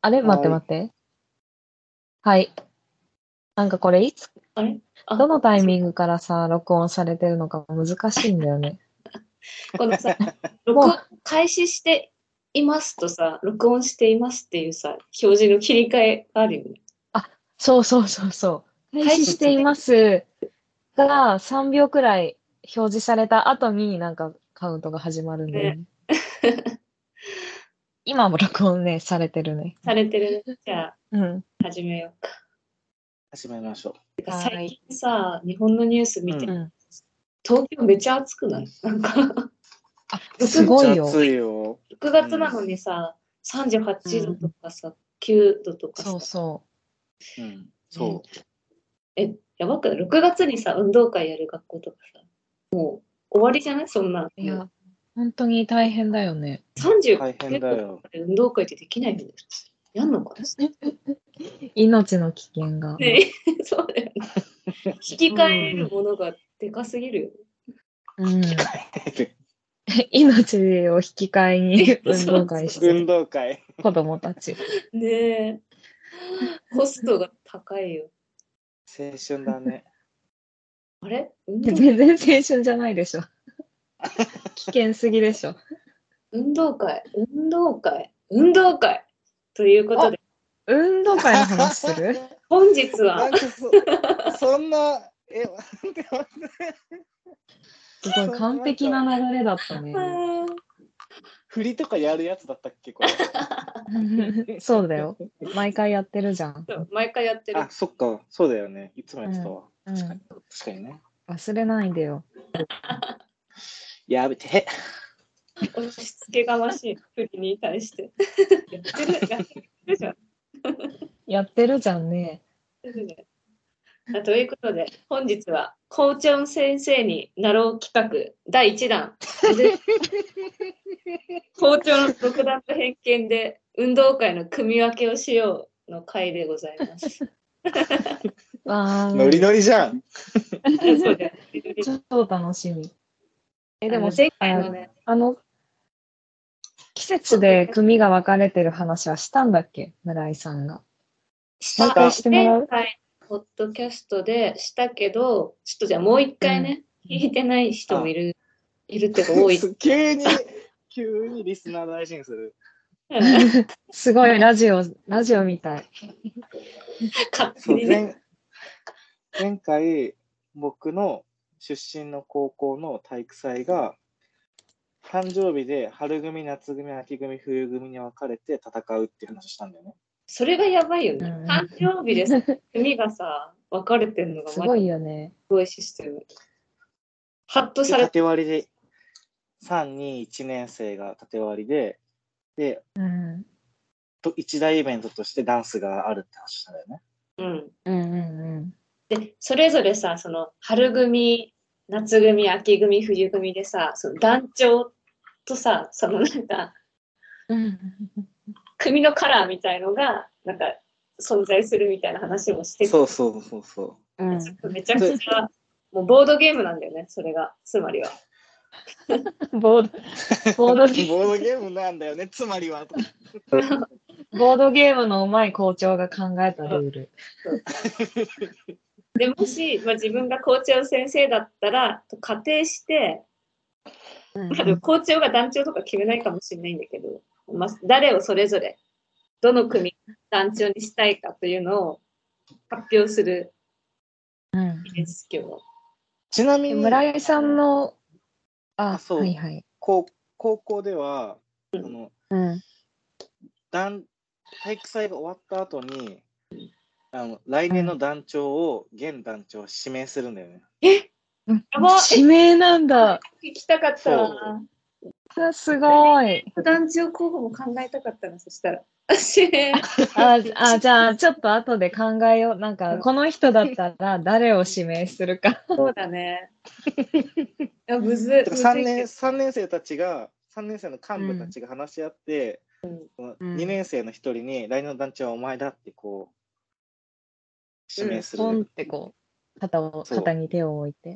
あれはい待って待って。はい。なんかこれいつ、あれあどのタイミングからさ、録音されてるのか難しいんだよね。この さ、録音開始していますとさ、録音していますっていうさ、表示の切り替えがあるよね。そうそうそうそう。開開始始していますが3秒くらい表示された後になんかカウントが始まるんだよね。 今も録音ね、されてるね。されてるね。じゃあ、うん。始めようか。始めましょてかはい最近さ、日本のニュース見て、うんうん東京めちゃ暑くないなんか、あ、う。すごいよめっちゃ。暑いよ。 6月なのにさ、38度とかさ、9度とかさそうそうん。そえ、やばくない ?6 月にさ、運動会やる学校とかさ、もう終わりじゃないそんな。う。いや、本当に大変だよね。う。 39大変だよ。で運動会ってできないよね、普通。やんのかな命の危険が。ね、 そうだよね。引き換えるものがでかすぎるよね。うん、命を引き換えに運動会して 運る動会。子供たち。ねえ。コストが高いよ。青春だね。あれ 運動全然青春じゃないで しょ。危険すぎでしょ。運動会、運動会、運動会ということで、運動会の話する本日なんは、かそそんな、え、待って待ってすごい完璧な流れだったねあ。ー振りとかやるやつだったっけこれ。そうだよ。毎回やってるじゃん。そう毎回やってるあ、。そっか。そうだよね。いつもやってたわ。うん確かに。確かにね。忘れないでよ。やべて。押し付けがましい、振りに対して。やってる、やってるじゃん。ややってるじゃん ね。ってるじゃんあということで、本日は、校長先生になろう企画第1弾。校長の独断と偏見で運動会の組み分けをしようの回でございます。わノリー。ノリじゃん。そうだよ超楽しみ。え、でもあの前回のね、あの、季節で組が分かれてる話はしたんだっけ村井さんが。した紹介してもらう前回ポッドキャストでしたけど、ちょっとじゃあもう一回ね、うん聞いてない人もいる、いるっていうか多い。 急に、急にリスナー大事にする。すごい、ラジオ、ラジオみたい。勝手そうに ね。前前回僕の出身の高校の体育祭が誕生日で春組夏組秋組冬組に分かれて戦うっていう話をしたんだよね。それがやばいよね。うん誕生日でさ、組がさ、分かれてるのがすマごジいよね。すごいシステム。ハッとでされ縦割りで3、2、1年生が縦割りででうん。と一大イベントとしてダンスがあるって話をしたんだよね。た。うん。うんうんで、それぞれさ、その春組、夏組、秋組、冬組でさ、その団長とさ、そのなんか、うん。うん。組のカラーみたいのが、なんか、存在するみたいな話もしててそうそうそうそう。うん、めちゃくちゃ、もうボードゲームなんだよね、それが、つまりは。ボ ード、ボードゲーボードゲームなんだよね、つまりは。ム、ボードゲームのうまい校長が考えたルール。でもし、まあ、自分が校長先生だったら、と仮定して、うん多分校長が団長とか決めないかもしれないんだけど、まあ、誰をそれぞれ、どの組団長にしたいかというのを発表するうん日です、今日は。ちなみでに村井さんの、あ、あそうはいはい。高高校では、あのうん。団体育祭が終わった後にあの来年の団長を現団長を指名するんだよね。やば指名なんだ。聞きたかったな。あすごい。 団長候補も考えたかったな、そしたら。指名あ、あ、じゃあ、ちょっと後で考えよう。なんか、この人だったら誰を指名するか。そうだね。 いや、むずだい。から3年三年生たちが3年生の幹部たちが話し合って、うん2年生の一人に来年の団長はお前だってこう指名する、ポンってこう、肩を、そう肩に手を置いて。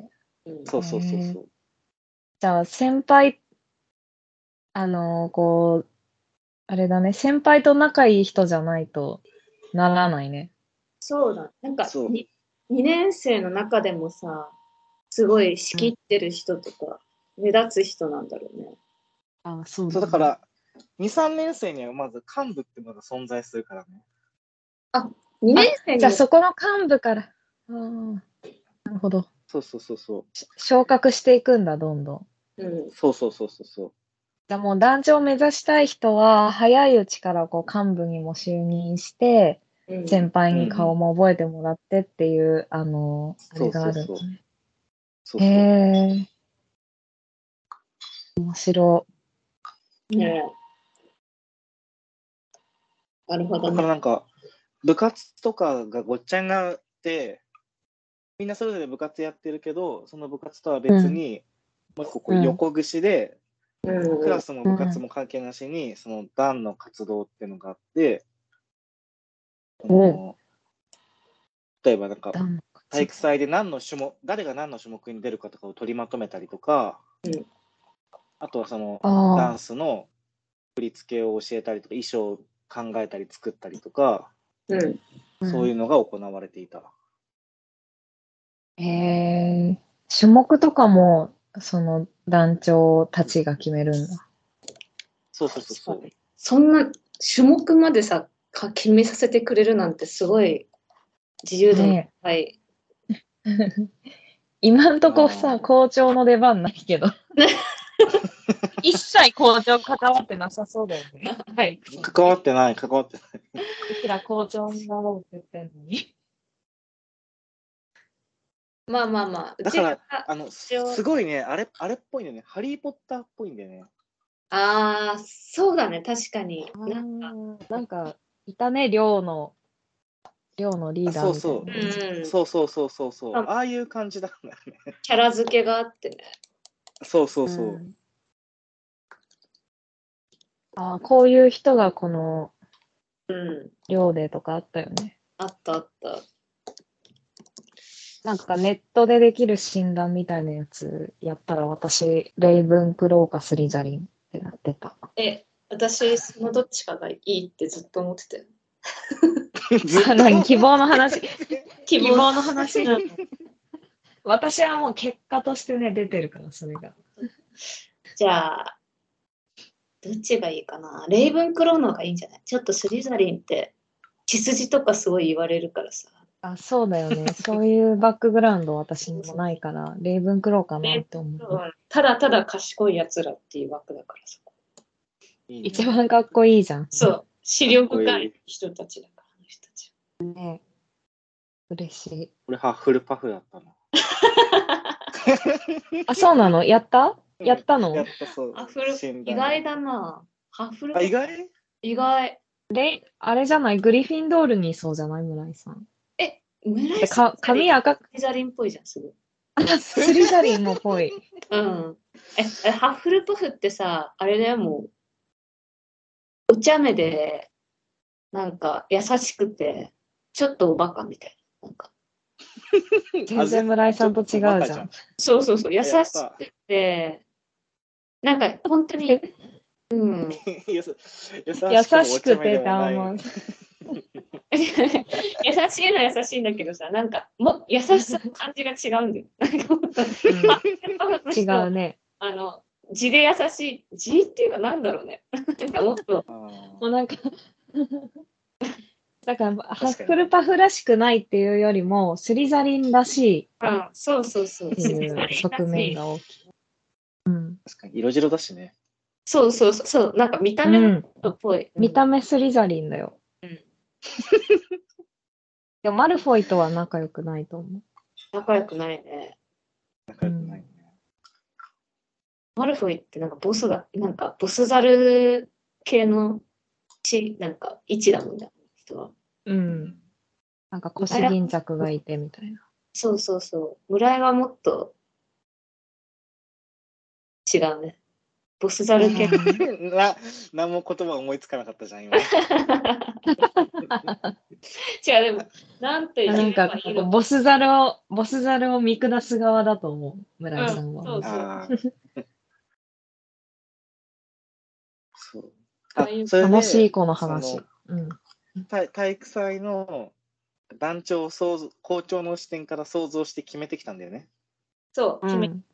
うんそうそうそうそう。じゃあ、先輩、あのーこう、あれだね、先輩と仲いい人じゃないとならないね。そうだ。なんかそうに2、年生の中でもさ、すごい仕切ってる人とか、目立つ人なんだろうね。あそうそうだか、ら、2、3年生にはまず幹部ってものが存在するからね。 2年生にじゃあもそこの幹部から、あーなるほど。そうそうそうそう。し昇格していくんだ、どんどん。うん、そうそうそうそうそう。じゃあもう団長を目指したい人は、早いうちからこう幹部にも就任して、うん、先輩に顔も覚えてもらってっていう、あの、あれがあるんそうだね。そうそうそうへえ。面白ねえなるほだどからね。なんか、部活とかがごっちゃになって、みんなそれぞれ部活やってるけど、その部活とは別に、もう一個こううん横串で、うんクラスも部活も関係なしに、その団の活動っていうのがあって、あの例えばなんかい。、団の活動体育祭で何の種目、誰が何の種目に出るかとかを取りまとめたりとか、うんあとはその、ダあンスの振り付けを教えたりとか、衣装を考えたり作ったりとか、うんあ、そういうのが行われていた。うん。へえ。種目とかも、その団長たちが決めるんだ。そうそうそうそう。そんな種目までさ、か決めさせてくれるなんてすごい自由度のね高い。今んとこあさ、ー校長の出番ないけど。 一切校長関わってなさそうだよね。はい。関わってない、関わってない。いくら校長になろうって言ってんのに。まあまあまあ、うだちかがら、あの、一応すごいね、あれ、あれっぽいんだよね。ハリー・ポッターっぽいんだよね。ああ、そうだね、確かに。なんか、なんか、いたね、寮の、寮のリーダーみたいな。そうううんん、そうそうそうそうそう。あああいう感じなんだよね。キャラ付けがあってね。そうそうそう。んあーこういう人がこのうん、寮でとかあったよね。あったあった。なんかネットでできる診断みたいなやつやったら私、レイブン・クローかスリザリンってなってた。え、私、そのどっちかがいいってずっと思ってたよ。 ずっと何希望の話。希希望の話なの。私はもう結果としてね、出てるから、それが。じゃあ、どっちがいいかな。レイブンクローの方がいいんじゃないちょっとスリザリンって血筋とかすごい言われるからさ。あ、そうだよ ね。そういうバックグラウンド私にもないから、レイブンクローかなって思う。ただただ賢いやつらっていう枠だからさ。いいね一番かっこいいじゃん。そう、視力深い人たちだから、あの人たち嬉し俺、ハッフルパフだったの。い。あ、そうなのやったやったやのっぱそう。は。アフル、診意断外だな。ハッフルあ、意外意外。レあれじゃないグリフィンドールにいそうじゃない村井さん。え、村で井さんか髪赤く、スリザリンっぽいじゃん、すごい。 スリザリンもぽい。うん。え、えハッフルパフってさ、あれだよ、もう、お茶目で、なんか、優しくて、ちょっとおバカみたいな。なんか、全然村井さんと違うじゃんちょっバカじゃん。そうそうそう、優しやっぱくて、なんか、本当に、うん。 優優優ししくくててたたままんん。優しいのは優しいんだけどさ、なんか、も優しさの感じが 違うんだよ。なんか本当に違うね。あの、字で優しい、字っていうかなんだろうね。なんかもっと、もうなんか、だから、ハッフルパフらしくないっていうよりも、スリザリンらしうん、そうそうそう。いっていう側面が大きい。うん。確かに色白だしね。そうそうそうそう、なんか見たう目のん、人っぽい。見た目スリザリンだよ。うんでも、マルフォイとは仲良くないと思う。仲良くないね。仲良くないね。マルフォイってなんかボスだ、なんかボスザル系の地、なんか位置だもんね、人は。うん。なんか腰巾着がいてみたいな。そうそうそう。村井はもっと違うね。ボスザル系。 な何も言葉思いつかなかったじゃん、今。違う、でも、なんて言なんえばかいいの、ボスザルを、ボスザルを見下す側だと思う、村井さんうんは。そうあーそう。ああいうそれで楽しい子の話その。うん。体体育祭の団長を想像校長の視点から想像して決めてきたんだよね。そう、決めうん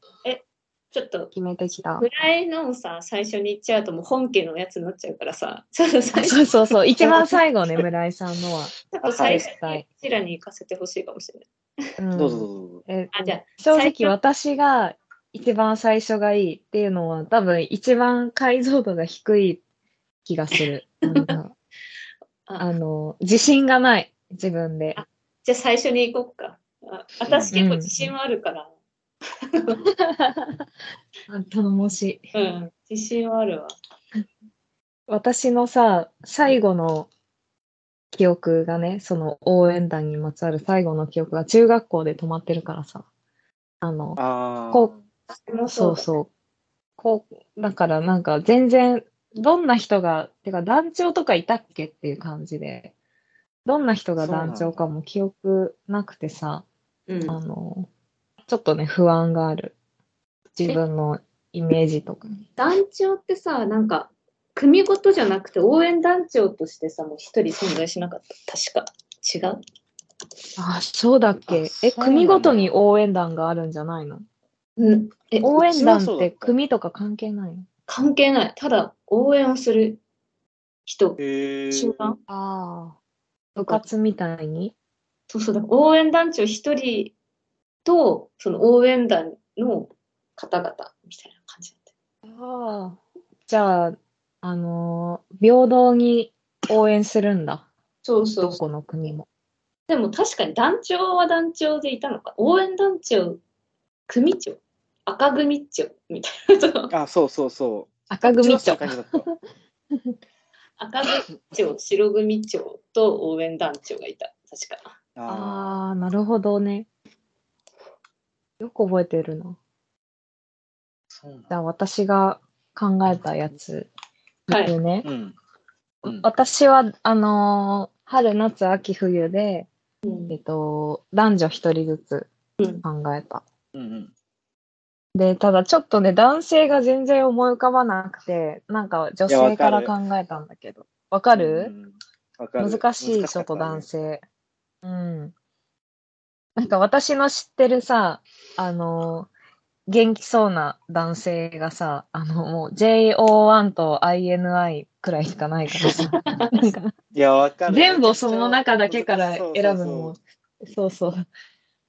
ちょっと、決めてきたぐ。らいのをさ、最初に言っちゃうともう本家のやつになっちゃうからさ、 ちょっと最初、ちそうそうそう。一番最後ね、村井さんのは。ょっと最初絶対に、こちらに行かせてほしいかもしれない。うんどうぞどうぞどうぞ。えあ、じゃあ、正最初直私が一番最初がいいっていうのは多分一番解像度が低い気がする。なんかあ あの、自信がない。自分 で。あじゃあ最初に行こっか。あ私結構自信はあるから、あ頼もしい。うん、自信はあるわ。私のさ、最後の記憶がね、その応援団にまつわる最後の記憶が中学校で止まってるからさ。あの、あこあ。そうそう。こう、だからなんか全然、どんな人が、てか団長とかいたっけっていう感じで、どんな人が団長かも記憶なくてさ、う。うん、あの、ちょっとね、不安がある。自分のイメージとかに。団長ってさ、なんか、組ごとじゃなくて応援団長としてさ、もう一人存在しなかった。確か。違うあ、そうだっけあえ、そうなんだ組ごとに応援団があるんじゃないのうん、え応援団うちはっそうだってた組とか関係ないの関係ない。ただ、応援をする人。へえ。集団ああ。部活みたいにそうそうだ。応援団長一人と、その応援団の方々みたいな感じだった。ああ、じゃあ、あのー平等に応援するんだ。そうそどうそう。この国も。でも確かに団長は団長でいたのか。応援団長、組長、赤組長みたいな。そうあ、そうそうそう。赤うち組はそうい長う。感じだった。赤組長、白組長と応援団長がいた。確か。あああ、なるほどね。よく覚えてるな。ーそうなんじだゃあ、私が考えたやつ、はい言うね。うん。うん私は、あのー春、夏、秋、冬で、うんえっと、男女一人ずつうん考えた。うんうん。で、ただちょっとね、男性が全然思い浮かばなくて、なんか女いやわ性かかるら考えたんだけど。わかる、うんわかる難しい、ちょっと男性。うん。なんか私の知ってるさ、あの、元気そうな男性がさ、あの、もう JO1 と INI くらいしかないから さ、なんかいや、わかる。全部その中だけからそうそうそう選ぶのも、そうそ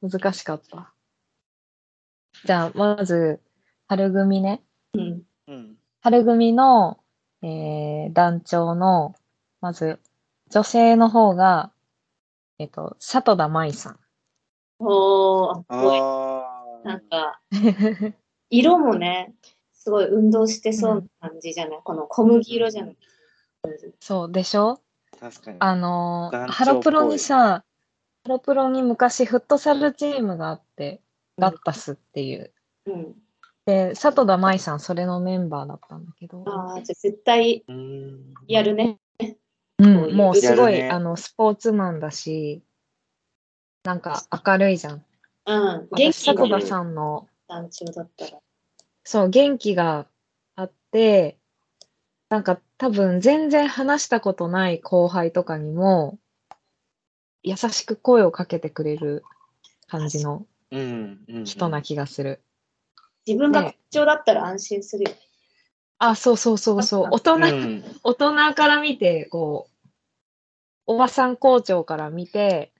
う、難しかった。じゃあ、まず、春組ね。うん。うん。春組の、えー団長の、まず、女性の方が、えっと、里田舞さ ん。おー、あこあう。なんか、色もね、すごい運動してそうな感じじゃない、この小麦色じゃない、そうでしょ確かに。あの団長ー、っぽいハロプロにさ、ハロプロに昔フットサルチームがあって、うんガッタスっていう。うん、で、里田舞さん、それのメンバーだったんだけど、ああ、じゃあ絶対うんやるね。うん、もうすごやい、るねあの、スポーツマンだし、なんか明るいじゃん。うん。元私、気里な田さんの団長だったら。そう、元気があって、なんか多分全然話したことない後輩とかにも、優しく声をかけてくれる感じのうん。うん人な気がする。自分がね団長だったら安心するよ。あ、そうそうそうそう。大う人、ん。大人から見て、こう、おばさん校長から見て、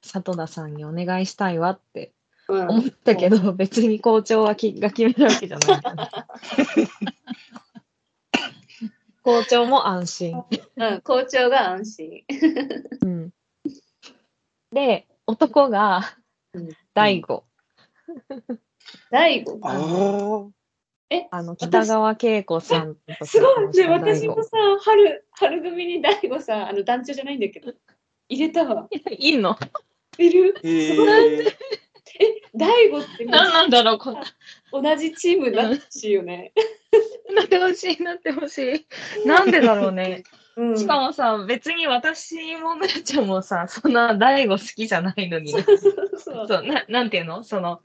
里田さんにお願いしたいわってうん思ったけど、別に校長はきが決めるわけじゃ ないから。校長も安心。うん、校長が安心。うんで、男がうん、大悟、大悟。あーあの、北川景子さんとすごい。結で、婚した私も大さ、春、春組に大悟さ、あの団長じゃないんだけど、入れたわ。悟いいのいるへえ。大悟ってめっち何ゃなんだろう、こんな。同じチームになってほしいよね。なってほしい、なってほしい。なんでだろうね。うん。しかもさ、別に私もむらちゃんもさ、 そんな大悟好きじゃないのに。そうそうそう。そう、ななんていうのその、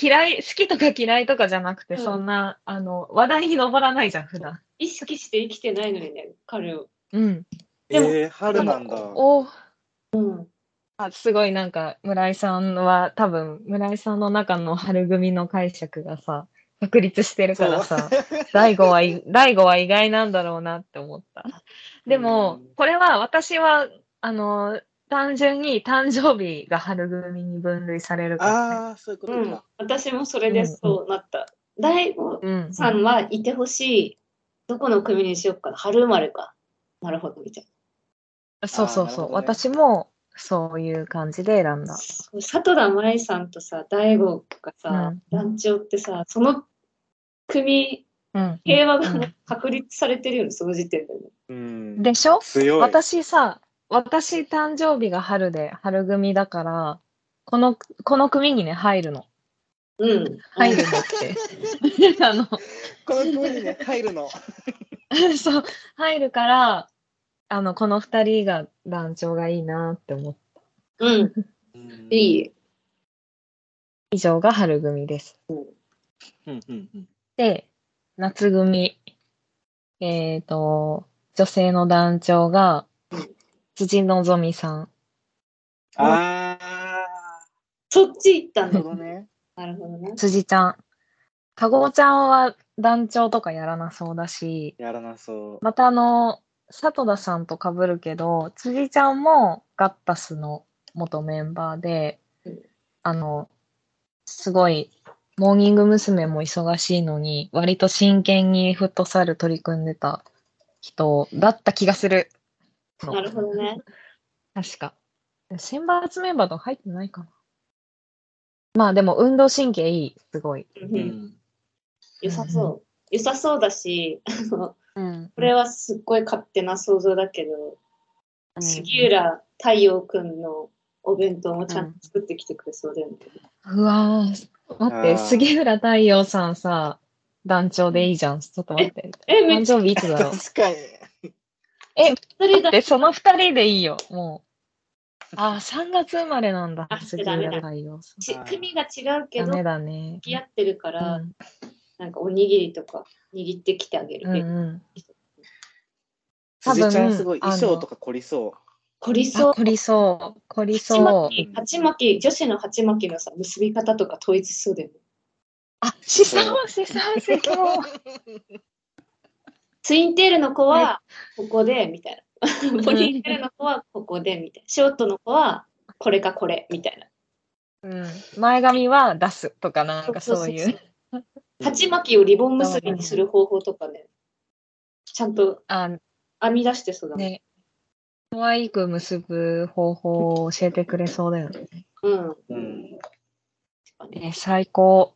嫌い、好きとか嫌いとかじゃなくて、うんそんな、あの、話題に上らないじゃん、普段。意識して生きてないのにね、彼を。うん。でえもー、春なんだ。おおうん。あすごいなんか村井さんは多分村井さんの中の春組の解釈がさ確立してるからさ大悟はい 大悟は意外なんだろうなって思ったでもうんこれは私はあの単純に誕生日が春組に分類されるから、ねああ、そういうことうんか。、私もそれでそうなった。大悟うん、さんはいてほしい。どこの組にしようかな。春生まれか。なるほど、みたいそうそうそう、あーなるほどね私もそういう感じで選んだな。佐藤田舞さんとさ、大悟とかさうん、団長ってさ、その組、うん平和がうねん確立されてるよね、その時点でね。うん。でしょ強い。私さ、私誕生日が春で、春組だから、この、この組にね、入るの。うん。入るのって。 あの、この組にね、入るの。 そう、入るから、あの、この二人が団長がいいなって思って、うん。い。いい。以上が春組です。うんうんうん。で、夏組。えっ、と、女性の団長が、辻希美さん。ああ、そっち行ったんなる。だほどね。なるほどね。辻ちゃん。かごちゃんは団長とかやらなそうだし、やらなそまたあの、里田さんと被るけど、辻ちゃんもガッタスの元メンバーでうん、あの、すごい、モーニング娘。も忙しいのに、割と真剣にフットサル取り組んでた人だった気がする。なるほどね。確か。選抜メンバーとか入ってないかな。まあでも運動神経いい、すごい。う。ううんん。良さそう。良さそうだし、あのうんこれはすっごい勝手な想像だけど、うん杉浦太陽くんのお弁当もちゃんと作ってきてくれそうだよね。うわー待っあて、ー杉浦太陽さんさ、団長でいいじゃん。ちょっと待って。え、めっ誕ちゃ生日いつだ ろう。確かに。二人だ。で、その二人でいいよ、もう。あー、3月生まれなんだあ、杉ダメ浦だ太陽さち組が違うけん。ど、ダメ付だね。き合ってるかうら、んなんかおにぎりとか握ってきてあげうんる。うん。多分辻ちゃんすごいあの衣装とか凝りそ凝りあ、そう。凝りそう。凝り鉢そう。巻き、鉢巻き、女子の鉢巻きのさ、結び方とか統一しそうだよね。あ、資産を、資産石も。ツインテールの子はここでみたいな。ポニーテールの子はここでみたいな。ショートの子はこれかこれみたいな。うん。前髪は出すとか、なんかそういそうう。鉢巻きをリボン結びにする方法とかね。ちゃんとあ、編み出してそうだね。ね。可愛く結ぶ方法を教えてくれそうだよね。うん。う。うん。えー最高。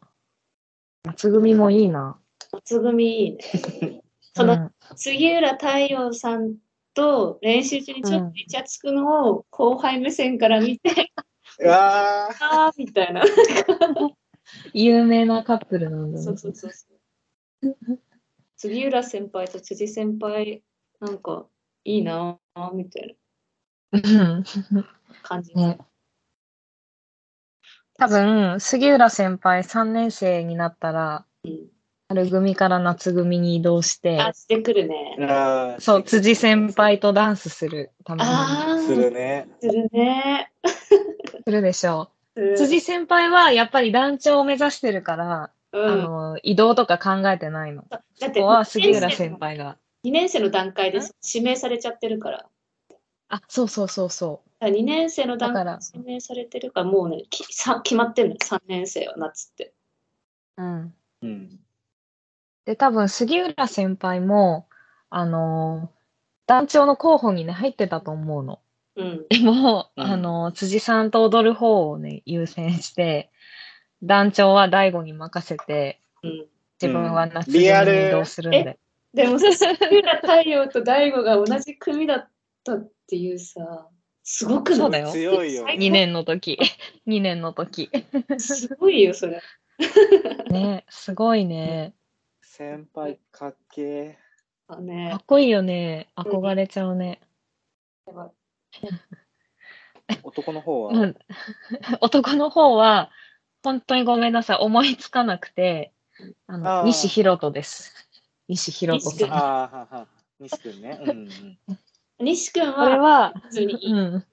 夏組もいいな。夏組いいね。その杉浦太陽さんと練習中にちょっとイチャつくのを後輩目線から 見て、うわあ、あーみたいな。有名なカップルなんだ、ね。そうそうそうそう。杉浦先輩と辻先輩、なんかいいなぁ、みたいうんな感じ。ね 多分、杉浦先輩3年生になったら、春組から夏組に移動して、あ、してくるね。あーそう、辻先輩とダンスするためにああ、するね。するね。するでしょするう。辻先輩はやっぱり団長を目指してるから、うあん。の、移動とか考えてないの。こだってこは杉浦先輩が。 2年生の段階で指名されちゃってるから。あ、そうそうそうそ2年生の段階だかでら指名されてるから、もうね、きさ決まってんの、3年生は夏って。う。うん。うん。で、多分杉浦先輩も、あのー団長の候補にね、入ってたと思う の。うん。でも、うんあのー辻さんと踊る方をね、優先して、団長は大悟に任せて、うん、自分は夏うん組リアにル移動するんで。でもさ、杉浦太陽と大悟が同じ組だったっていうさ、すごくないそうだよ強いよ。最高2年の時。2年の時。すごいよ、それ。ね、すごいね。先輩かっけあねかっ、こいいよね。憧れちゃうね。ー。男の方は。うん男の方は、本当にごめんなさい。思いつかなくて、あの、あー西博人です。西ひろ子西さ君ん。ああ、はは。西君ね。うんうん。西君これはは、普通にいい、うん。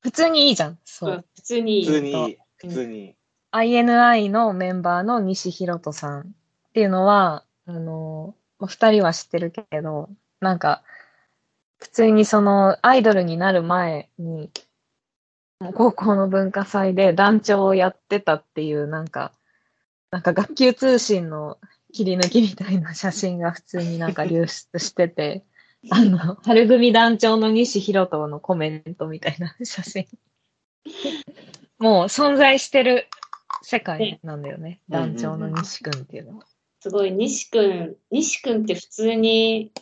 普通にいいじゃん。そう。うん普通にい普通い。にいい、普通にいい。 INI のメンバーの西ひろとさんっていうのは、あの、まあ、二人は知ってるけど、なんか、普通にその、アイドルになる前に、もう高校の文化祭で団長をやってたっていう、なんか、なんか学級通信の切り抜きみたいな写真が普通に なんか流出してて、あの、春組団長の西ひろとのコメントみたいな写 真。もう存在してる世界なんだよね。うんうんうん団長の西君っていうのは。すごい、西君、西君って普通に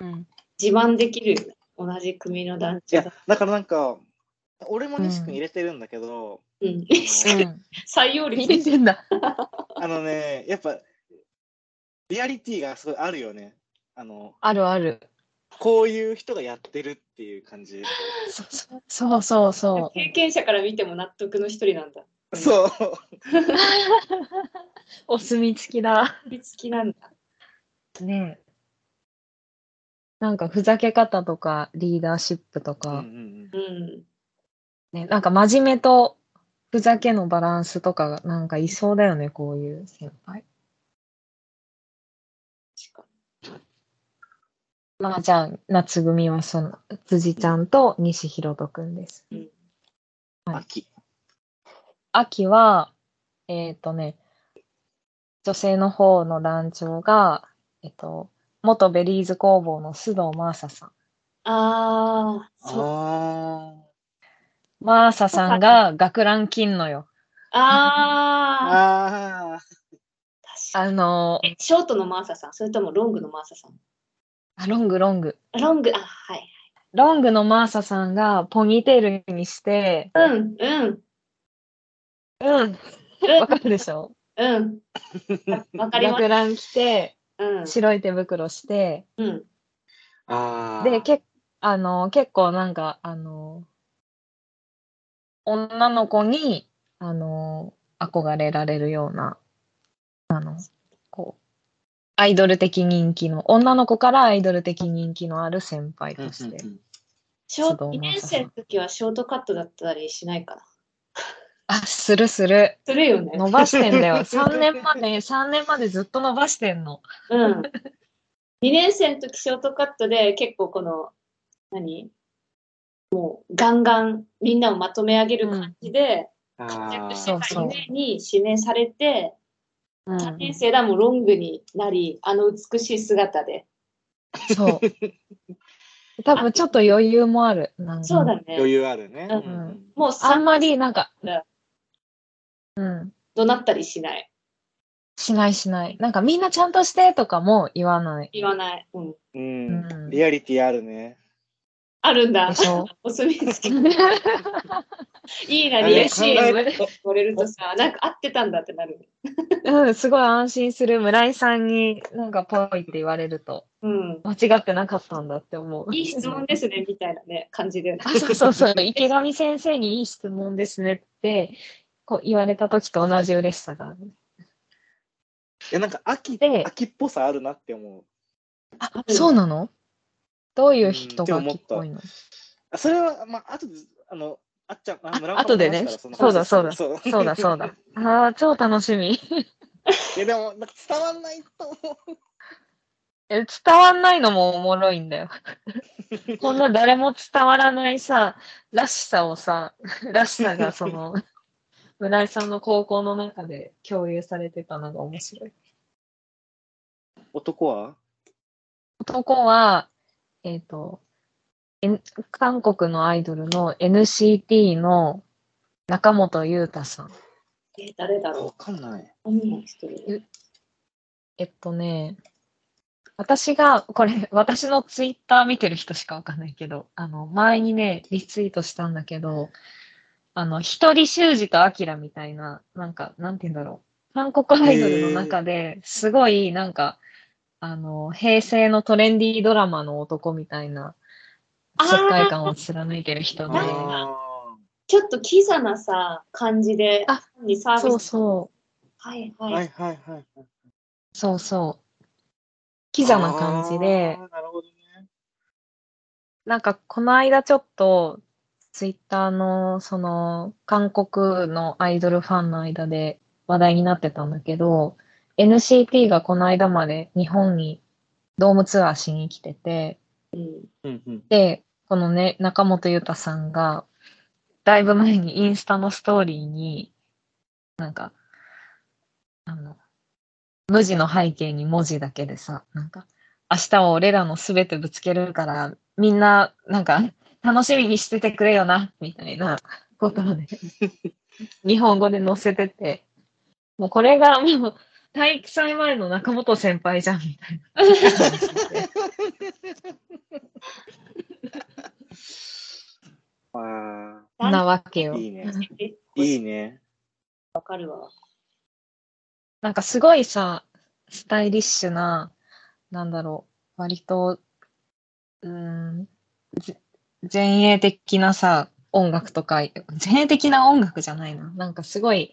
うん。自慢できるよね。同じ組の団い長やだ。、だからなんか、俺も西君入れてるんだけど、うん。西君、採用見れ率。てんだ。あのね、やっぱ、リアリティがすごいあるよね。あの、あるある。こういう人がやってるっていう感じ。そうそうそうそうそ経験者から見ても納得の一人なんだ。そう。う。お墨付きだ。取り付きなんだ。ねえなんかふざけ方とかリーダーシップとうんうか、んうん。ね、なんか真面目とふざけのバランスとかがなんかいそうだよね、こういう先輩。確かまあじゃあ、夏組はその辻ちゃんと西ひろとくんです。うん。秋。秋は、えっ、とね、女性の方の団長が、えっ、と、元ベリーズ工房の須藤マーサさん。ああ、そう。あーマーサさんが学ラン金のよ。ああ、あ確かにあのーえショートのマーサさん、それともロングのマーサさん。あ、ロングロング。ロング、あ、はい。ロングのマーサさんがポニーテールにして、うん、うん、うん、わかるでしょうん。わわかります。学ラン着て、うん、白い手袋して、うん。ー。あーで、けあの結構なんか、あの女の子に、あの憧れられるような、あの、こう、アイドル的人気の、女の子からアイドル的人気のある先輩うんうとして。んうんショー須ト、藤2マー年サさん生の時はショートカットだったりしないかな。あ、するする。するよね。伸ばしてんだよ。3年まで、3年までずっと伸ばしてんの。うん。2年生の時ショートカットで結構この、何もうガンガンみんなをまとめ上げる感じで、活あ躍してそうたそう夢に指名されて、うん3年生だもロングになり、あの美しい姿で。そう。多分ちょっと余裕もある。なんかそうだーね。余裕あるね。うんうんもうあん3まりなんかうん、うん、度なったりしない。しないしない。なんかみんなちゃんとしてとかも言わない言わない。うん。うんうんリアリティあるね。あるんだで。しょ。お墨付き。いいな、あリアれル考シーンえた言われるとさ、なんか合ってたんだってなるね。うん、すごい安心する。村井さんになんかぽいって言われると、うん。間違ってなかったんだって思う。いい質問ですね、みたいなね、感じで。あそうそうそう。池上先生にいい質問ですねって、こう言われた時と同じ嬉しさがある。いやなんか秋で秋っぽさあるなって思う。あ、そうなのどういう人がうんって思秋っったぽいのあそれはまあ後であのあっちゃんあ村あ後でね話したらのそうだそうだそうそうだそう だ。ああ、超楽しみ。いやでもなんか伝わんないと思う。え伝わんないのもおもろいんだよ。こんな誰も伝わらないさ、らしさをさ、らしさがその、村井さんの高校の中で共有されてたのが面白い。男は？男は、えっ、と、N- 韓国のアイドルの NCT の中本裕太さん。え、誰だわろかんない。う。女の人で。えっとね、私が、これ、私のツイッター見てる人しかわかんないけど、あの、前にね、リツイートしたんだけど、あの、一人修二とアキラみたいな、なんか、なんて言うんだろう。韓国アイドルの中で、すごい、なんか、あの、平成のトレンディードラマの男みたいな、あー世界観を貫いてる人で、あちょっとキザなさ、感じで、あにサービス。そうそう、はいーははいい。はいはい。そうそう。キザな感じであ、ーなるほどね。なんかこの間ちょっとツイッターのその韓国のアイドルファンの間で話題になってたんだけど NCT がこの間まで日本にドームツアーしに来ててうん。うんうん。でこのね中本裕太さんがだいぶ前にインスタのストーリーになんかあの無地の背景に文字だけでさなんか明日は俺らのすべてぶつけるから、みんな、なんか、楽しみにしててくれよな、みたいな ことをね、日本語で載せてて、もうこれがもう、体育祭前の中本先輩じゃん、みたい な。あそんなわけよ。あ、いいね。えいいね。わかるわ。なんかすごいさ、スタイリッシュな、なんだろう、割と、うーん、ぜ前衛的なさ、音楽とか、前衛的な音楽じゃないな。なんかすごい、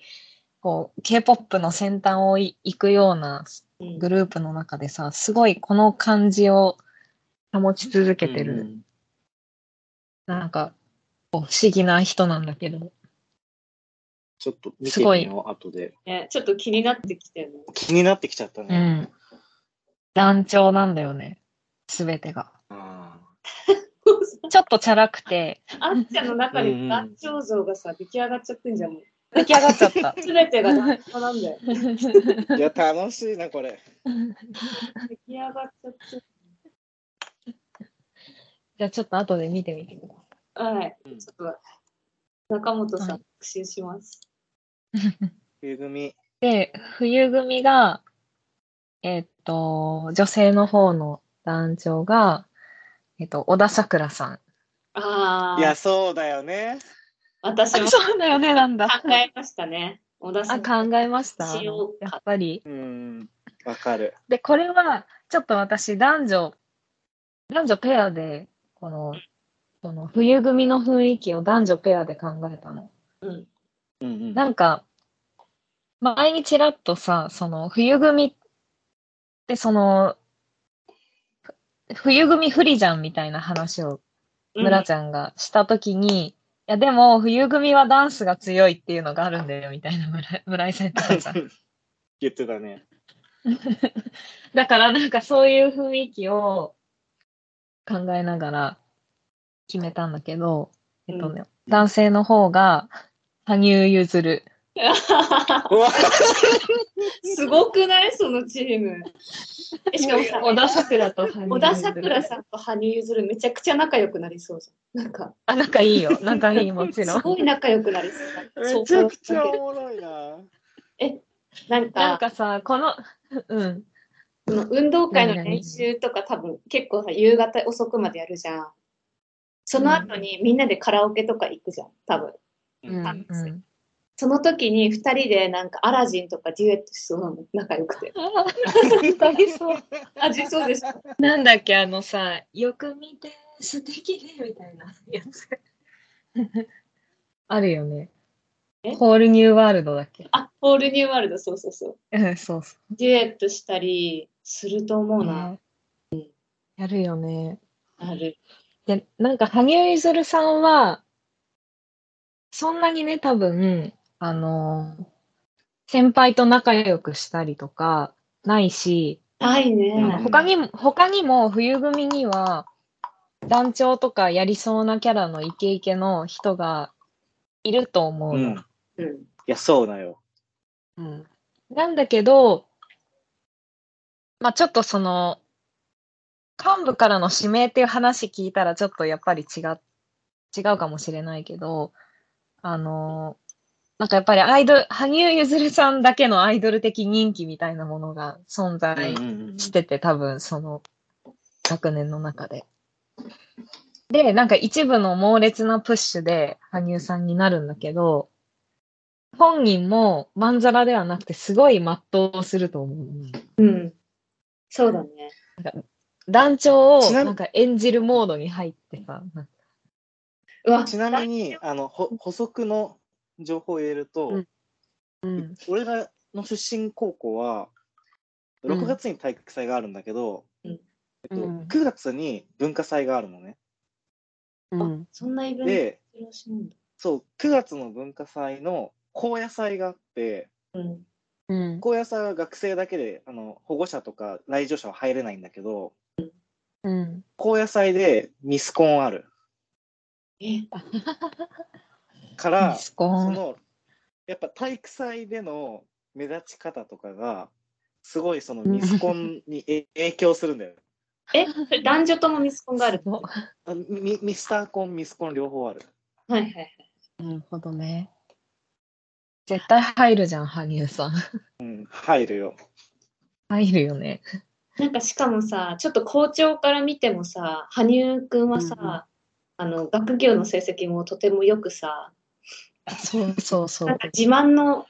こう、K-POP の先端をい行くようなうんグループの中でさ、すごいこの感じを保ち続けてる、うんなんか、こう不思議な人なんだけど。ちょっと見すてごいみよう、後で。ね、ちょっと気になってきてる。気になってきちゃったうね。ん。団長なんだよね。すべてが。あちょっとチャラくて、あっちゃんの中うんうにん団長像がさ、出来上がっちゃってんじゃん。もう出来上がっちゃ った。すべてが団長なん だよ。 ーいや、楽しいな、これ。出来上がっちゃってる。じゃあちょっと後で見てみてくだはい。うんちょっと、中本さはん、復習します。さい。冬組。で、冬組が、えっと、女性の方の団長が、えっと、小田さくらさん。あいや、あ、そうだよね。私も考うだよね、なんだえましたね。小田さあ、ん。考えました。しようやっぱり。うん。わかる。で、これは、ちょっと私、男女、男女ペアで、この、この冬組の雰囲気を男女ペアで考えたの。うん。うんうん。なんか、前にちらっとさ、その、冬組って、その、ふ冬組不利じゃんみたいな話を村ちゃんがしたときに、いや、でも、冬組はダンスが強いっていうのがあるんだよ、みたいな村井村井先輩 さん。言ってたね。だから、なんかそういう雰囲気を考えながら決めたんだけど、えっとね、男性の方が、羽生結弦。うわ すごくないそのチーム。えしかもさ、小田桜と羽生結弦 小田さくらさんと羽生結弦めちゃくちゃ仲良くなりそうじゃん。なんか、あ、仲いいよ。仲いい、もちろすん。ごい仲良くなり そう。めちゃくちゃそうおもろいな。なんなんか、かさ、この、うん、その運動会の何々練習とか多分結構さ、夕方遅くまでやるじゃん。その後にみんなでカラオケとか行くじゃん、多分。うん、うあん。その時に2人でなんかアラジンとかデュエットしそうなの、仲良くて。歌いそう。味そう でしょ。なんだっけ、あのさ、よく見て、素敵ね、みたいなやつ。あるよね。えホールニューワールドだっけ。あ、オールニューワールド、そうそうそう。うん、そうそデュエットしたりすると思う。うな。やるよね。ある。で、なんか、羽生結弦さんは、そんなにね、多分、あの先輩と仲良くしたりとか、ないし、ないうんね。他にも、他にも冬組には、団長とかやりそうなキャラのイケイケの人がいると思ううの。ん。いうん。や、そうなよ。うんなんだけど、まあちょっとその、幹部からの指名っていう話聞いたらちょっとやっぱり違う、違うかもしれないけど、あのなんかやっぱりアイドル、羽生結弦さんだけのアイドル的人気みたいなものが存在うんうんうんしてて、多分その学年の中で。で、なんか一部の猛烈なプッシュで羽生さんになるんだけど、本人もまんざらではなくてすごい全うすると思う。うん。そうだね。団長をちなみなんか演じるモードに入ってさ、なんかうわ、ちなみに、あの、ほ補足の情報を入れると、うんうん、俺らの出身高校は、うん6月に体育祭があるんだけど、えっと、うん9月に文化祭があるのね。うん。そんなイベントで、やってるらしいんだ。そう、9月の文化祭の高野祭があって、うん。うん。高野祭は学生だけであの保護者とか来場者は入れないんだけど、うん。高野祭でミスコンあるえ、から、ミそスコン。のやっぱ体育祭での目立ち方とかが、すごいそのミスコン にえ影響するんだよ。えそれ男女ともミスコンがある。すごいあミミスターコン、ミスコン両方ある。はいはいはい。なるほどね。絶対入るじゃん、羽生さん。うん、入るよ。入るよね。なんかしかもさ、ちょっと校長から見てもさ、羽生くんはさ、あの、学業の成績もとてもよくさ、そうそうそなんう。か自慢の、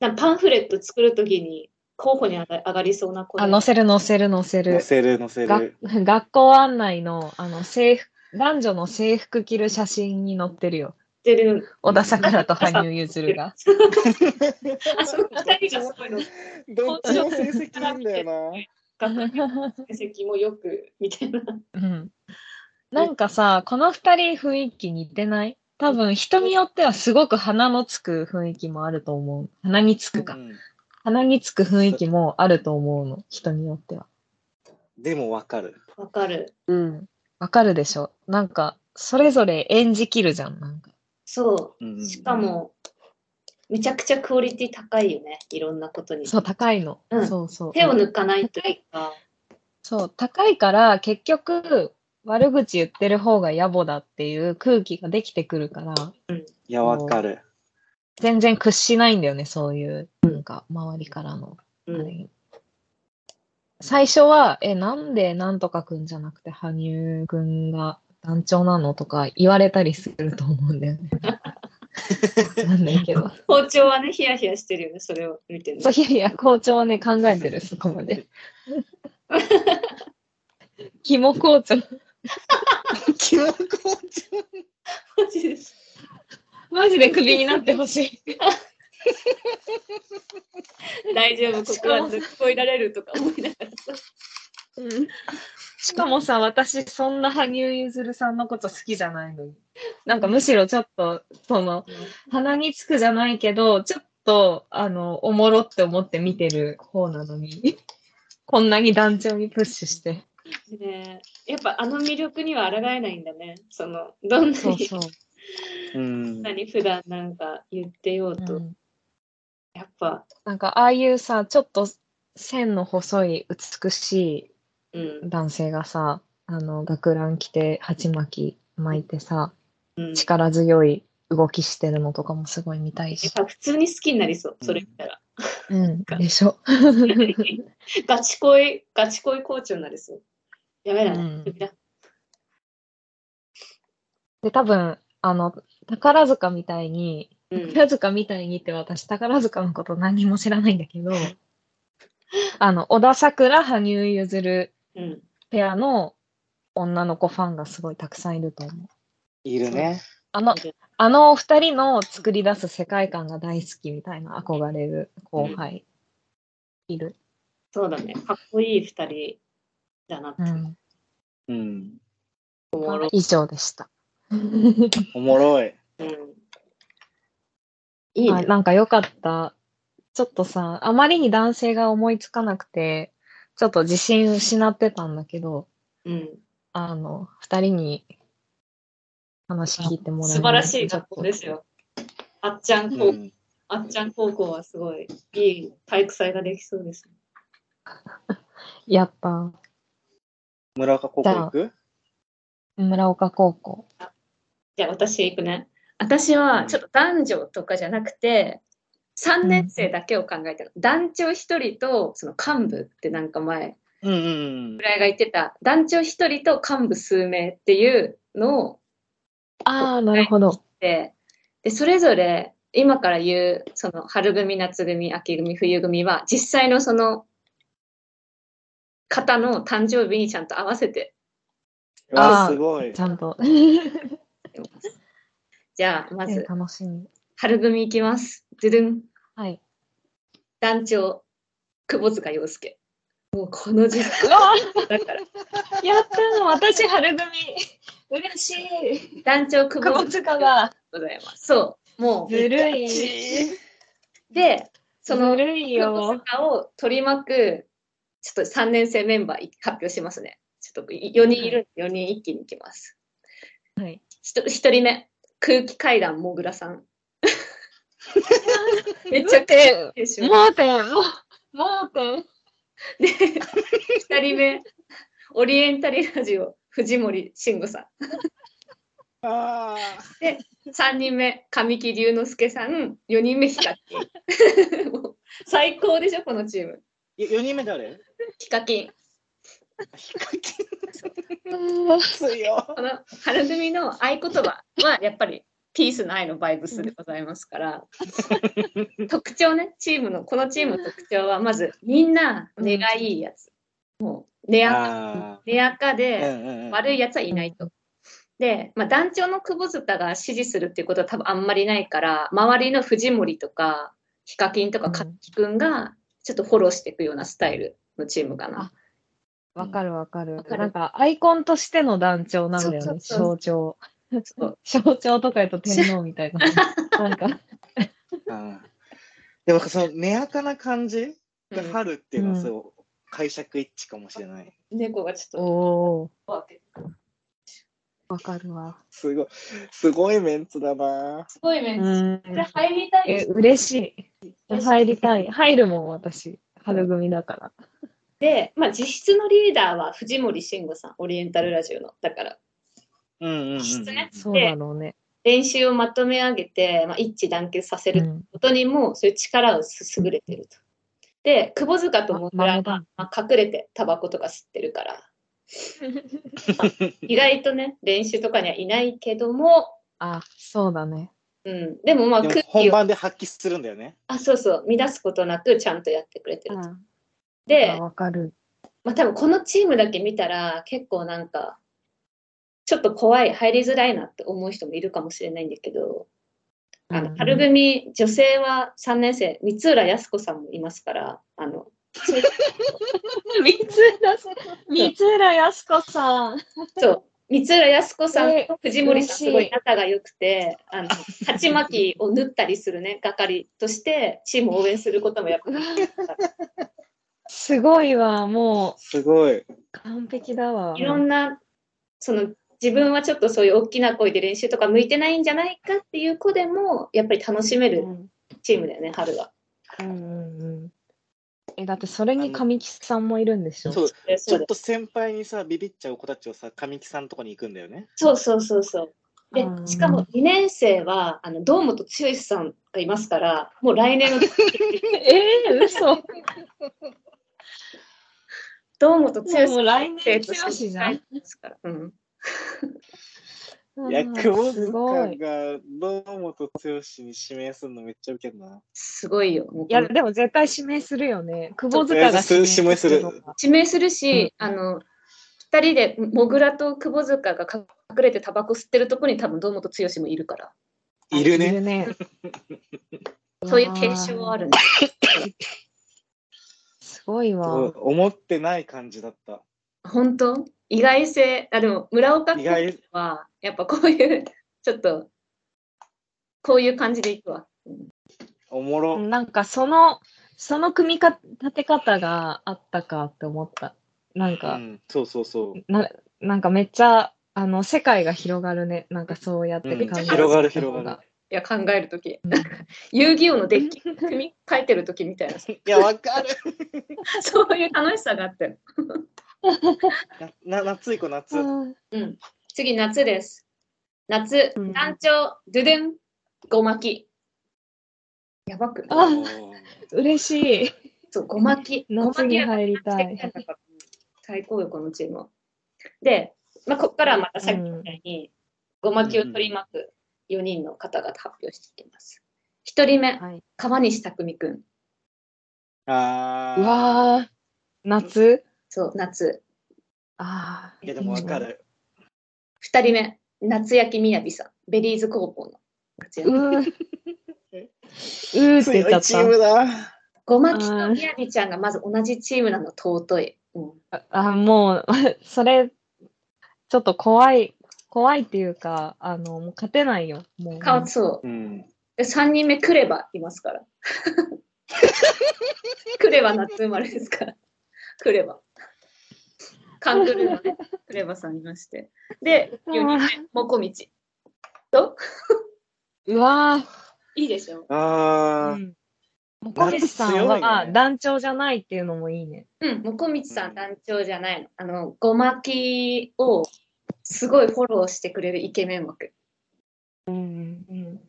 なんかパンフレット作るときに候補に上が上がりそうな子であ、載せる載せる載せ乗る。せる乗せが る。学校案内の、あの、制服、男女の制服着る写真に載ってるよ。て る。小田桜と羽生結弦が。あ、その二人がすごいの。どっちも成績いいんだよな。学業の成績もよく、みたいな。うん。なんかさ、この二人雰囲気似てない多分人によってはすごく鼻のつく雰囲気もあると思う。鼻につくうか。ん鼻につく雰囲気もあると思うの。人によっては。でもわかる。わかる。うん。わかるでしょなんか、それぞれ演じきるじゃん。なんか。そうんう。しかも、めちゃくちゃクオリティ高いよね。いろんなことに。そう、高いの。うんそうそう。手を抜かないというか、そう、高いから結局、悪口言ってる方が野暮だっていう空気ができてくるから、いや、わかる。全然屈しないんだよね、そういう、なんか、周りからの。うあれん、に最初は、え、なんでなんとかくんじゃなくて、羽生くんが団長なのとか言われたりすると思うんだよ ね。なんないけど。包丁はね、ヒヤヒヤしてるよね、それを見てねそう、いやいや、校長はね、考えてる、そこま で。肝校長。記憶をマジです。マジでクビになってほしい。大丈夫、ここはずっといられるとか思いながらさ。しかもさ、私、そんな羽生結弦さんのこと好きじゃないのに。なんかむしろちょっと、その、鼻につくじゃないけど、ちょっと、あの、おもろって思って見てる方なのに、 こんなに団長にプッシュして。ねえやっぱあの魅力には抗えないんだね。その、どんなに、う。うんどんなに普段なんか言ってようと、うんやっぱ、なんか、ああいうさ、ちょっと線の細い美しうんい、男性がさ、あの、学ラン着て、鉢巻き巻いてさ、うん。力強い動きしてるのとかもすごい見たいやしっ。ぱ普通に好きになりそう、それ見たら。うん、でしょ。ガチ恋、ガチ恋校長になりそう。やめだうねん。で、多分、あの、宝塚みたいに、うん 宝塚みたいにって私、宝塚のこと何も知らないんだ けど、あの、小田桜、羽生結弦うん。ペアの女の子ファンがすごいたくさんいると思う。いるね。あのいる、あのお二人の作り出す世界観が大好きみたいな憧れる後輩、いる。そうだね。かっこいい二人だなって。うん。うん。おもろい以上で した。おもろい。うんいいあね。なんか良かった。ちょっとさ、あまりに男性が思いつかなくて、ちょっと自信失ってたんだけど、うん。あの、二人に話聞いてもらえ素晴らしいちょっ学と校ですよ。あっちゃん高校、うん、あっちゃん高校はすごいいい体育祭ができそうです。やった。村岡高校行く村岡高校。じゃあ私行くね。私はちょっと男女とかじゃなくて、3年生だけを考えてる。団長一人とその幹部ってなんか前、うんうん村井が言ってた、団長一人と幹部数名っていうのをああ、なるほど。ででそれぞれ今から言うその春組夏組秋組冬組は実際のその方の誕生日にちゃんと合わせてうん。わああ、ーすごいち。ゃん と。ますじゃあまえず楽しみ。春組いきます。ズルンはい。団長久保塚洋介もうこの 時うわ代だから。やったー私、春組。嬉しい。団長久久保保塚が。ございます。そう。もずるい。う。で、そずのるい久保よ。塚を取り巻く、ちょっと3年生メンバー発表しますね。ちょっと4人いる、4人一気にいきます。はい。ひと1人目、空気階段もぐらさん。 めっちゃくちゃテンション盲点、 もう、盲点。で、2人目、オリエンタリラジオ、藤森慎吾さん。ああ。 3人目、神木隆之介さん。4人目、ヒカキ ン。もう最高でしょ、このチーム。 4人目誰ヒカキン。ヒカキン。強この春組の合言葉はやっぱりピースの愛のバイブスでございますから、 特徴ね、チームの、このチームの特徴は、まずみんな根がいいやつ。もう、根やか。あ根やかあ。で、んうん悪いやつはいないと。で、まあ、団長の久保塚が支持するっていうことは多分あんまりないから、周りの藤森とか、ヒカキンとかカッキくんが、ちょっとフォローしていくようなスタイルのチームかな。わかるわかるわ。かるなんか、アイコンとしての団長なんだよね、そうそ象徴。そう象徴とか言うと天皇みたい な。なんか、あーでもその根垢な感じうがん春っていうのはそう解釈一致かもしれない。猫がちょっおー、と開けてわかるわ。すごい、すごいメンツだな。すごいメンツうん。これ入りたいえ、で嬉しい。入りたい。入るもん、私。春組だから。で、まあ、実質のリーダーは藤森慎吾さん、オリエンタルラジオの。だから、うんうんうんうん。質ねそうだろうね。練習をまとめ上げて、まあ、一致団結させうるん。ことにも、そういう力をす優れてると。で、窪塚ともぐらあ豆だは、まあ、隠れてタバコとか吸ってるから、意外とね、練習とかにはいないけども、あ、そうだね。うん、でもまあでも空本気を番で発揮するんだよね。あそうそう乱すことなくちゃんとやってくれてると。ああで、わかる。まあ、多分このチームだけ見たら結構なんかちょっと怖い入りづらいなって思う人もいるかもしれないんだけどあうのん春組女性は3年生三浦靖子さんもいますからあの三浦さん、三浦靖子さん。そう三浦靖子さんえと藤森さん嬉しいすごい仲が良くてあの鉢巻きを縫ったりするね 係としてチームを応援することもやっぱりすごいわ、もすごい。う完璧だわ。 いろんなその自分はちょっとそういう大きな声で練習とか向いてないんじゃないかっていう子でもやっぱり楽しめうるんチームだよね、春は。うんうんうんえ、だってそれに神木さんもいるんでしょそう、えちそょうっだと先輩にさ、ビビっちゃう子たちをさ、神木さんのとこに行くんだよね。そうそうそうそう。でう、んしかも2年生は、あの、堂本剛さんがいますから、もう来年の えー、嘘。堂本剛さんもう来年として剛じゃんですから。うん。うんいや、窪す塚ごがい。い堂本剛に指名するのめっちゃウケるな。すごいよ。もうや、でも絶対指名するよね。窪塚がそう指名するのか指名するし、あの、2人で、もぐらと窪塚が隠れてタバコ吸ってるとこに多分堂本剛もいるから、いるいねる。ね。そういう継承はあるね。すごいそわう。思ってない感じだった。本当意外性あでも村岡意外はやっぱこういうちょっとこういう感じでいくわおもろ。なんかその、その組み立て方があったかって思った。なんうか、ん、そうそうそう。ななんかめっちゃあの世界が広がるね。なんかそうやってうん考え広がるた方広がいや考える時遊戯王のデッキ組み替えてる時みたいないや、わかる。そういう楽しさがあってな、 な、夏いこ夏。うんうん次夏です夏うん団長ドゥドゥンごまきやばくないあおー嬉しい。そうごまきごま夏きにやば入りたしてい。きたんだから最高よ、このチームは。で、まあ、ここからはまたさっきみたいに、ごまきを取り巻く4人の方々発表していきます。1人目、はい。川西匠くん。あうーわー、夏そう、夏。あーいや、でもわかる。 2人目、夏焼きみやびさん。ベリーズ高校の夏う焼き。ー。うーって言っちゃっ強いチームだ。ごまきとみやびちゃんがまず同じチームなの尊い。うん、あ、もう、それ、ちょっと怖い、怖いっていうか、あの、もう勝てないよ。もう。顔そう。うん。で3人目、クレバいます から。クレバ夏生まれですから。クレバ。カングルーの ね、クレバさんいまして。で、4人目、モコミチ。と、うわぁ。いいでしょうあん。もこみちさん夏強は、いね団長じゃないっていうのもいいね。うん、もこみちさん団長じゃないの。あの、ごまきをすごいフォローしてくれるイケメン枠。うん。うん。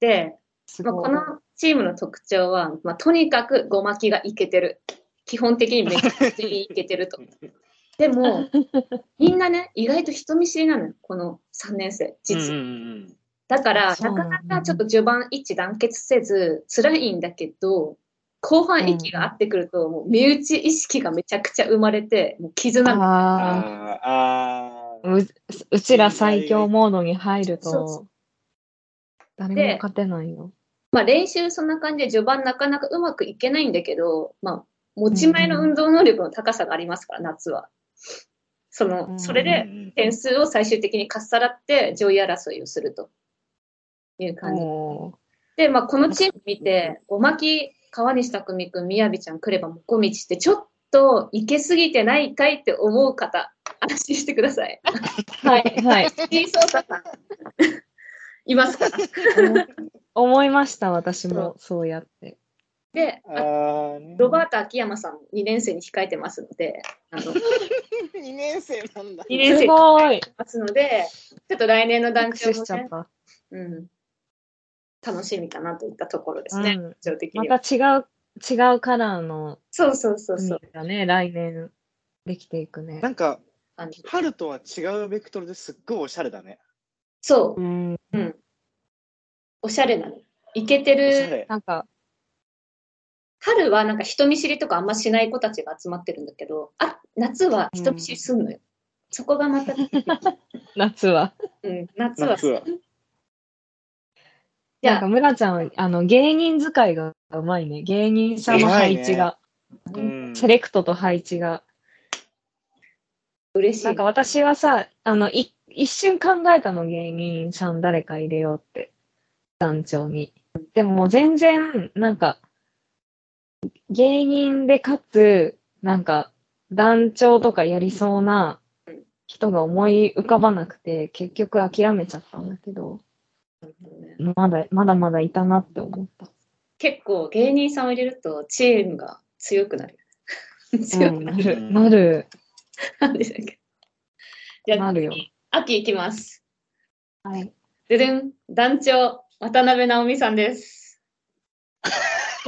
で、すまあ、ごこい。のチームの特徴は、まあ、とにかくごまきがいけてる。基本的にめっちゃいけてると。でも、みんなね、意外と人見知りなのよ、この3年生、ー。う実んうんは。うんだから、そうななんだかなかちょっと序盤一致団結せず、辛いんだけど、後半息が合ってくると、もう身内意識がめちゃくちゃ生まれて、もう絆がああーああ、ー。う、うちら最強モードに入るそうそと、誰も勝てないよ。まあ、練習そんな感じで序盤なかなかうまくいけないんだけど、まあ、持ち前の運動能力の高さがありますから、夏は。そうんの、それでうん点数を最終的にかっさらって上位争いをするという感じ。おで、まあ、このチーム見て、ごまき、川西匠くん、みやびちゃん、くればもこみちって、ちょっといけすぎてないかいって思う方、安心してください。ーはい、はい。藤井聡太さん、 いますから。思いました、私も、そうやって。で、ああーロバート秋山さん2年生に控えてますので、あの2 2年生なんだ。年生すに控ごーい。えてますので、ちょっと来年の団拍長手しもちゃっね、た。うん、楽しみかなといったところですうね、ん。基本的まにた違は。う、違うカラーのそうそうそうそ海う。がね、来年できていくねな。んか、あの春とは違うベクトルですっごいおしゃれだね。そうう、ん。おしゃれなの。イケておしゃる、れ。なんか、春はなんか人見知りとかあんましない子たちが集まってるんだけど、あ夏は人見知りすんのよ。そこが また、夏は。うん、夏は。夏は。いやなんか、村ちゃんは、あの、芸人使いがうまいね。芸人さんの配置が、うんセレクトと配置が。嬉しい。なんか私はさ、あの、い一瞬考えたの、芸人さん誰か入れようって。団長に。でももう全然、なんか、芸人でかつ、なんか、団長とかやりそうな人が思い浮かばなくて、結局諦めちゃったんだけど、まだ、まだまだいたなって思った。結構芸人さんを入れるとチームが強くなる。 強くななる。る、うんなる、なんでしたっけじゃなあ、るよ。秋いきます。はい。ででん、団長、渡辺直美さんです。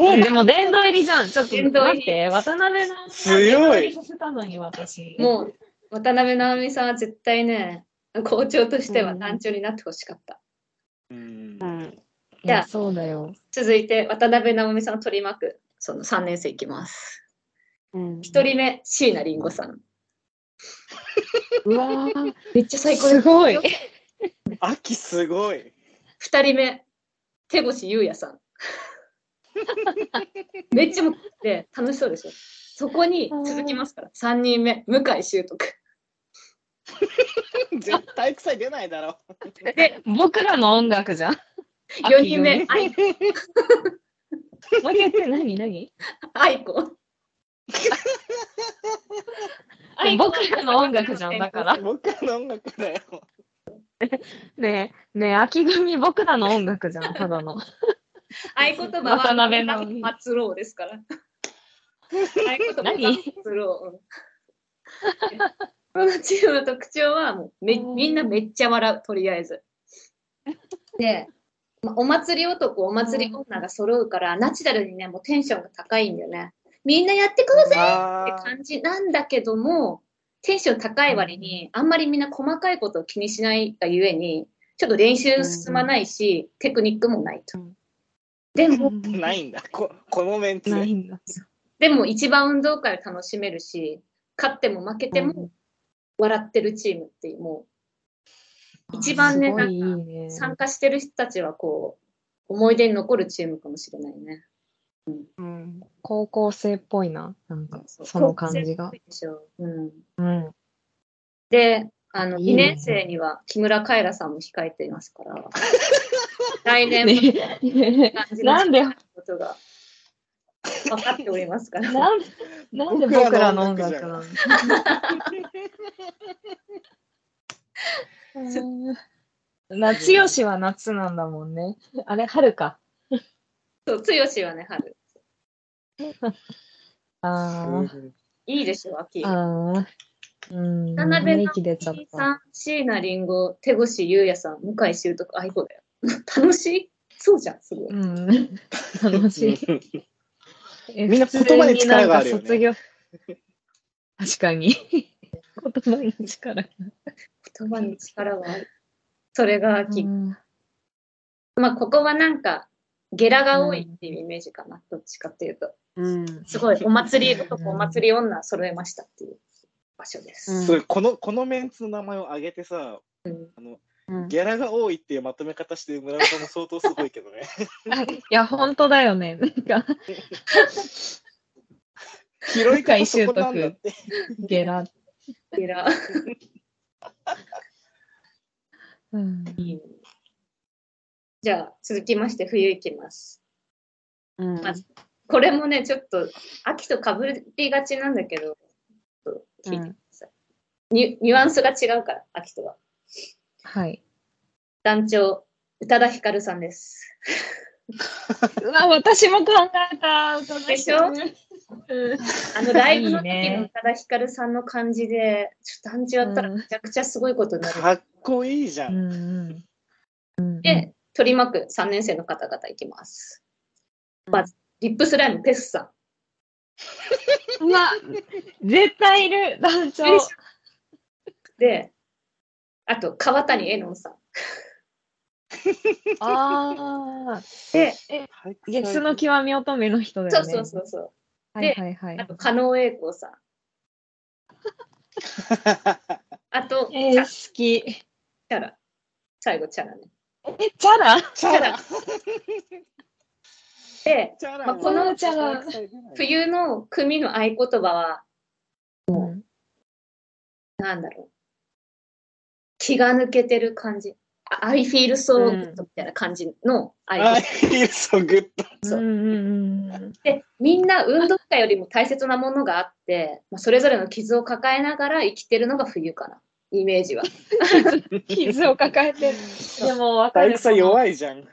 え、でも殿堂入りじゃん。ちょっと殿堂入り待って、渡辺の強い殿堂入りさせたのに私。もう、渡辺直美さんは絶対ね、校長としては団長になってほしかった。うんうん。いや、そうだよ。続いて、渡辺直美さんを取り巻く、その3年生いきます。うん。 1人目、椎名林檎さん。うわーめっちゃ最高ですごい。秋すごい。す。2人目、手越優也さ ん。めっちゃもうで楽しそうでしょ。そこに続きますから、3人目、向井修徳。 絶対臭い出ないだろ。で、僕らの音楽じゃん。 4人目、あい もう一回言って何何あいこ。あいこ僕らの音楽じゃん。だから。僕の音楽だよ。ねえ、ねえ、秋組僕らの音楽じゃん、ただの。合言葉渡辺は直美松郎ですから。合言葉何松郎。このチームの特徴はもうめ、みんなめっちゃ笑う、とりあえず。で、まあお祭り男、お祭り女が揃うから、ナチュラルにね、もうテンションが高いんだよね。みんなやってくださいってあ感じなんだけども、テンション高い割に、あんまりみんな細かいことを気にしないがゆえに、ちょっと練習進まないし、テクニックもないと。でも、ーないんだ。ここのメンツ。ないんだ。でも一番運動会を楽しめるし、勝っても負けても笑ってるチームっていう、もう、一番ね、すごないいいんかね。参加してる人たちはこう、思い出に残るチームかもしれないね。うん。高校生っぽいな。なんか、そうその感じが高校生っぽ。いでしょうん、うん。で、あの、いい2ね年生には木村カエラさんも控えていま すから、来年もね感じのなんで、ことが分かっておりますから。なんで、なんで僕らの音楽なの夏よしは夏なんだもんね。あれ、春か。そう、つよしはね、春。あーいいでしょ、秋。あー。うん。渡辺息出ちゃっ T さた。ん、椎名林檎、手越優也さん、向井修徳、愛子だよ。 楽しいそうじゃん、すごい。うん。楽しい。えみんな言葉に力があるよね普通になんか卒業確かに。言葉に力が言葉に力がある。それがある秋。まあ、ここはなんか、ゲラが多いっていうイメージかな、どっちかっていうと。うん。すごい、お祭りうん男、お祭り女揃えましたっていう場所です。うんそれこのこのメンツの名前を挙げてさ、うんうんギャラが多いっていうまとめ方して村岡も相当すごいけどね。いや、本当だよね。なんか、広いからそこなんだって。ゲラ。ゲラ。うん。じゃあ、続きまして、冬いきます。うん。まずこれもね、ちょっと、秋とかぶりがちなんだけど、ちょっと聞いてください。ニュニュアンスが違うから、秋とは。はい。団長、宇多田ヒカルさんです。うわ、私も考えた。でしょあの、ライブの時いいねの宇多田ヒカルさんの感じで、ちょっと団長やったらうんめちゃくちゃすごいことになる。かっこいいじゃ。うんんうん。で、取り巻く3年生の方々いきます。まず、リップスライムペスさうん、うわ、絶対いる、団長ん。。で、あと、川谷絵音さん。ああ。で、ゲ スの極み乙女の人だよそうね。そうそうそう。はいはいはあいと、。加納栄子さん。あと、えチー、ャ好き。え、チャラ。最後、チャラね。チャラチャラ。で、チャラ。まあこのチャラ冬の組の合言葉は、なんだろう。気が抜けてる感じ。あ I feel so good みたいな感じの合言葉あ、いいそグッ ド。そううんうんうん。でみんな運動会よりも大切なものがあって、まあ、それぞれの傷を抱えながら生きてるのが冬かなイメージは。傷を抱えてる。でも分か体る。育祭弱いじゃん。い。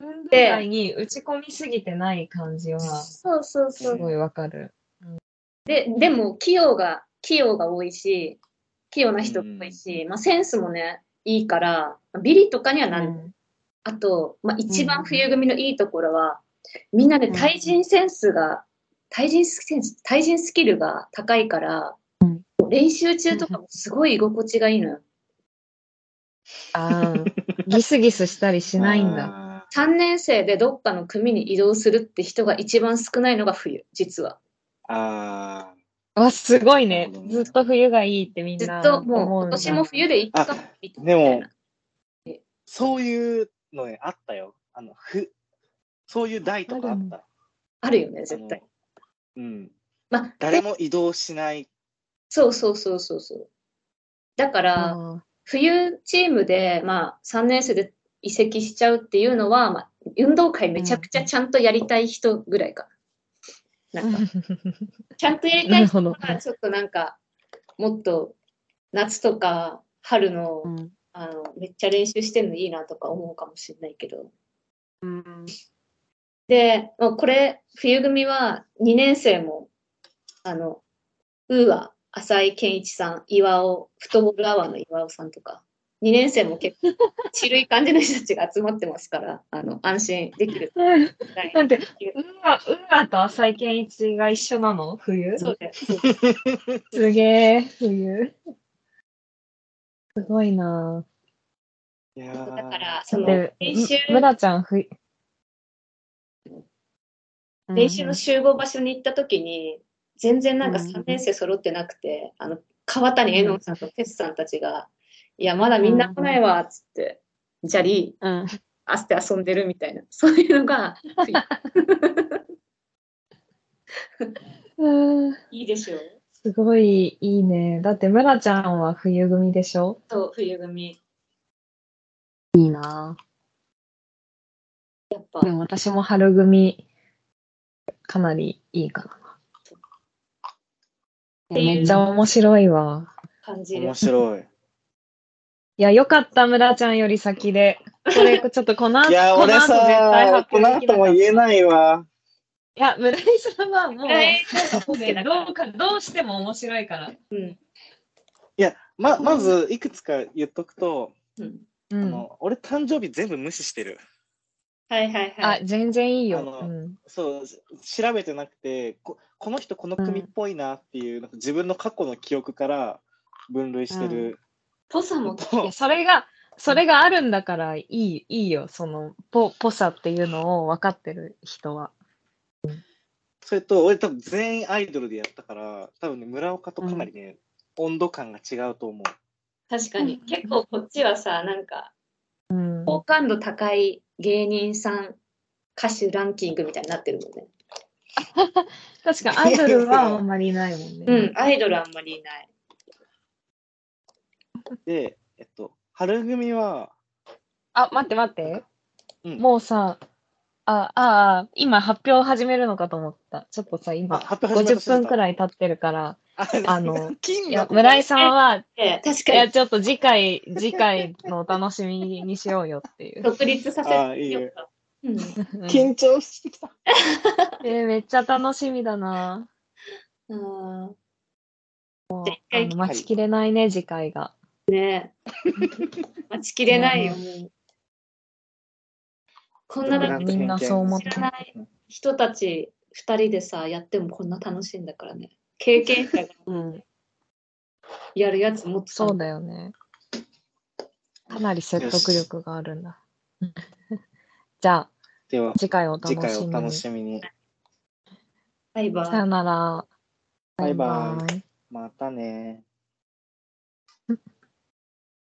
運動会に打ち込みすぎてない感じは、そうそうすごいわかる。ででも器用が器用が多いし器用な人が多いし、まあ、センスもねいいからビリとかにはなん、あと、まあ、一番冬組のいいところは、みんなねうん対人センスが対人センス対人スキルが高いから、練習中とかもすごい居心地がいいのよ。ああ、ギスギスしたりしないんだ。だ。 3年生でどっかの組に移動するって人が一番少ないのが冬実はあわ、すごいねなるほ。どずねっと冬がいいってみんずっなと思もう今んだ年も冬で一回みーたでいもな、そういうのね、あったよ。あの、ふ、そういう台とかあった。あるよね絶対あの。うん。まあ誰も移動しない。そうそうそうそうそうだから、あ冬チームで、まあ、3年生で移籍しちゃうっていうのは、まあ、運動会めちゃくちゃちゃんとやりたい人ぐらいかな。なんかーちゃんとやりたい人なるほはどちょっとなんかもっと夏とか春のうん。あのめっちゃ練習してるのいいなとか思うかもしれないけど。うん。で、もうこれ、冬組は2年生も、あの、ウーア、浅井健一さん、岩尾、フットボールアワーの岩尾さんとか、2年生も結 構、ちるい感じの人たちが集まってますから、あの、安心 できるうんぐらい。なんて、うわ、うわと浅井健一が一緒なの冬そうだよすげえ、冬。すごいなぁいやだーから、その、で練、習、む村ちゃん、ふい練習の集合場所に行った時に、全然なんか3年生揃ってなくて、あの、川谷絵音さんとフェスさんたちが、いや、まだみんな来ないわ、つって、じゃり、うん。あして遊んでるみたいな、 そういうのが、うんいいでしょう。すごいいいね。だって、村ちゃんは冬組でしょそう、冬組。いいなやっぱで、も私も春組、かなりいいかな。ていうめっちゃ面白いわ。感じで 面。白い。いや、よかった、村ちゃんより先で。これ、ちょっとこの後、いや、この俺後絶対さ、発この表できなか後もった。い言えないわ。や、村井さん はもう、えねどうかどうしても面白いから。うんいや、ま、まず、いくつか言っとくと、うんうあん、の俺、誕生日全部無視してる。はいはいはあい。、全然いいよ。あのうんそう、し調べてなくて、ここの人、この組っぽいなっていう、なんか自分の過去の記憶から分類してる。ぽさも、いとや、それが、それがあるんだからいい、いいよ。その、ぽ、ぽさっていうのを分かってる人は。それと、俺、多分全員アイドルでやったから、多分ね、村岡とかなりね、温度感が違うと思う。確かに。結構こっちはさ、なんか、うん。好感度高い芸人さん、歌手ランキングみたいになってるもんね。確かアイドルはあんまりいないもんね。うん、アイドルあんまりいない。で、えっと、春組は、あ、待って待って。うんもうさ、あ、ああ、今発表始めるのかと思った。ちょっとさ、あ、今、発表始め50分くい。らい経ってるから、あの、金いやの、村井さんは、で確いかや、に、ちょっと次回、次回のお楽しみにしようよっていう。独立させあていいよようか。 うん、うん緊張してきた。 えーめっちゃ楽しみだな。うんあの待ちきれないね、次回が。ねえ。待ちきれないよ、うもう。こんなだうっんてみんなそう思っ知らない人たち2人でさ、やってもこんな楽しいんだからね。経験者がうん。やるやつもっとそうだよね。かなり説得力があるんだ。 じゃあ、では、次回お楽次回しみおに。楽さしみに。バイバイよなら。バイバイ。イ。またね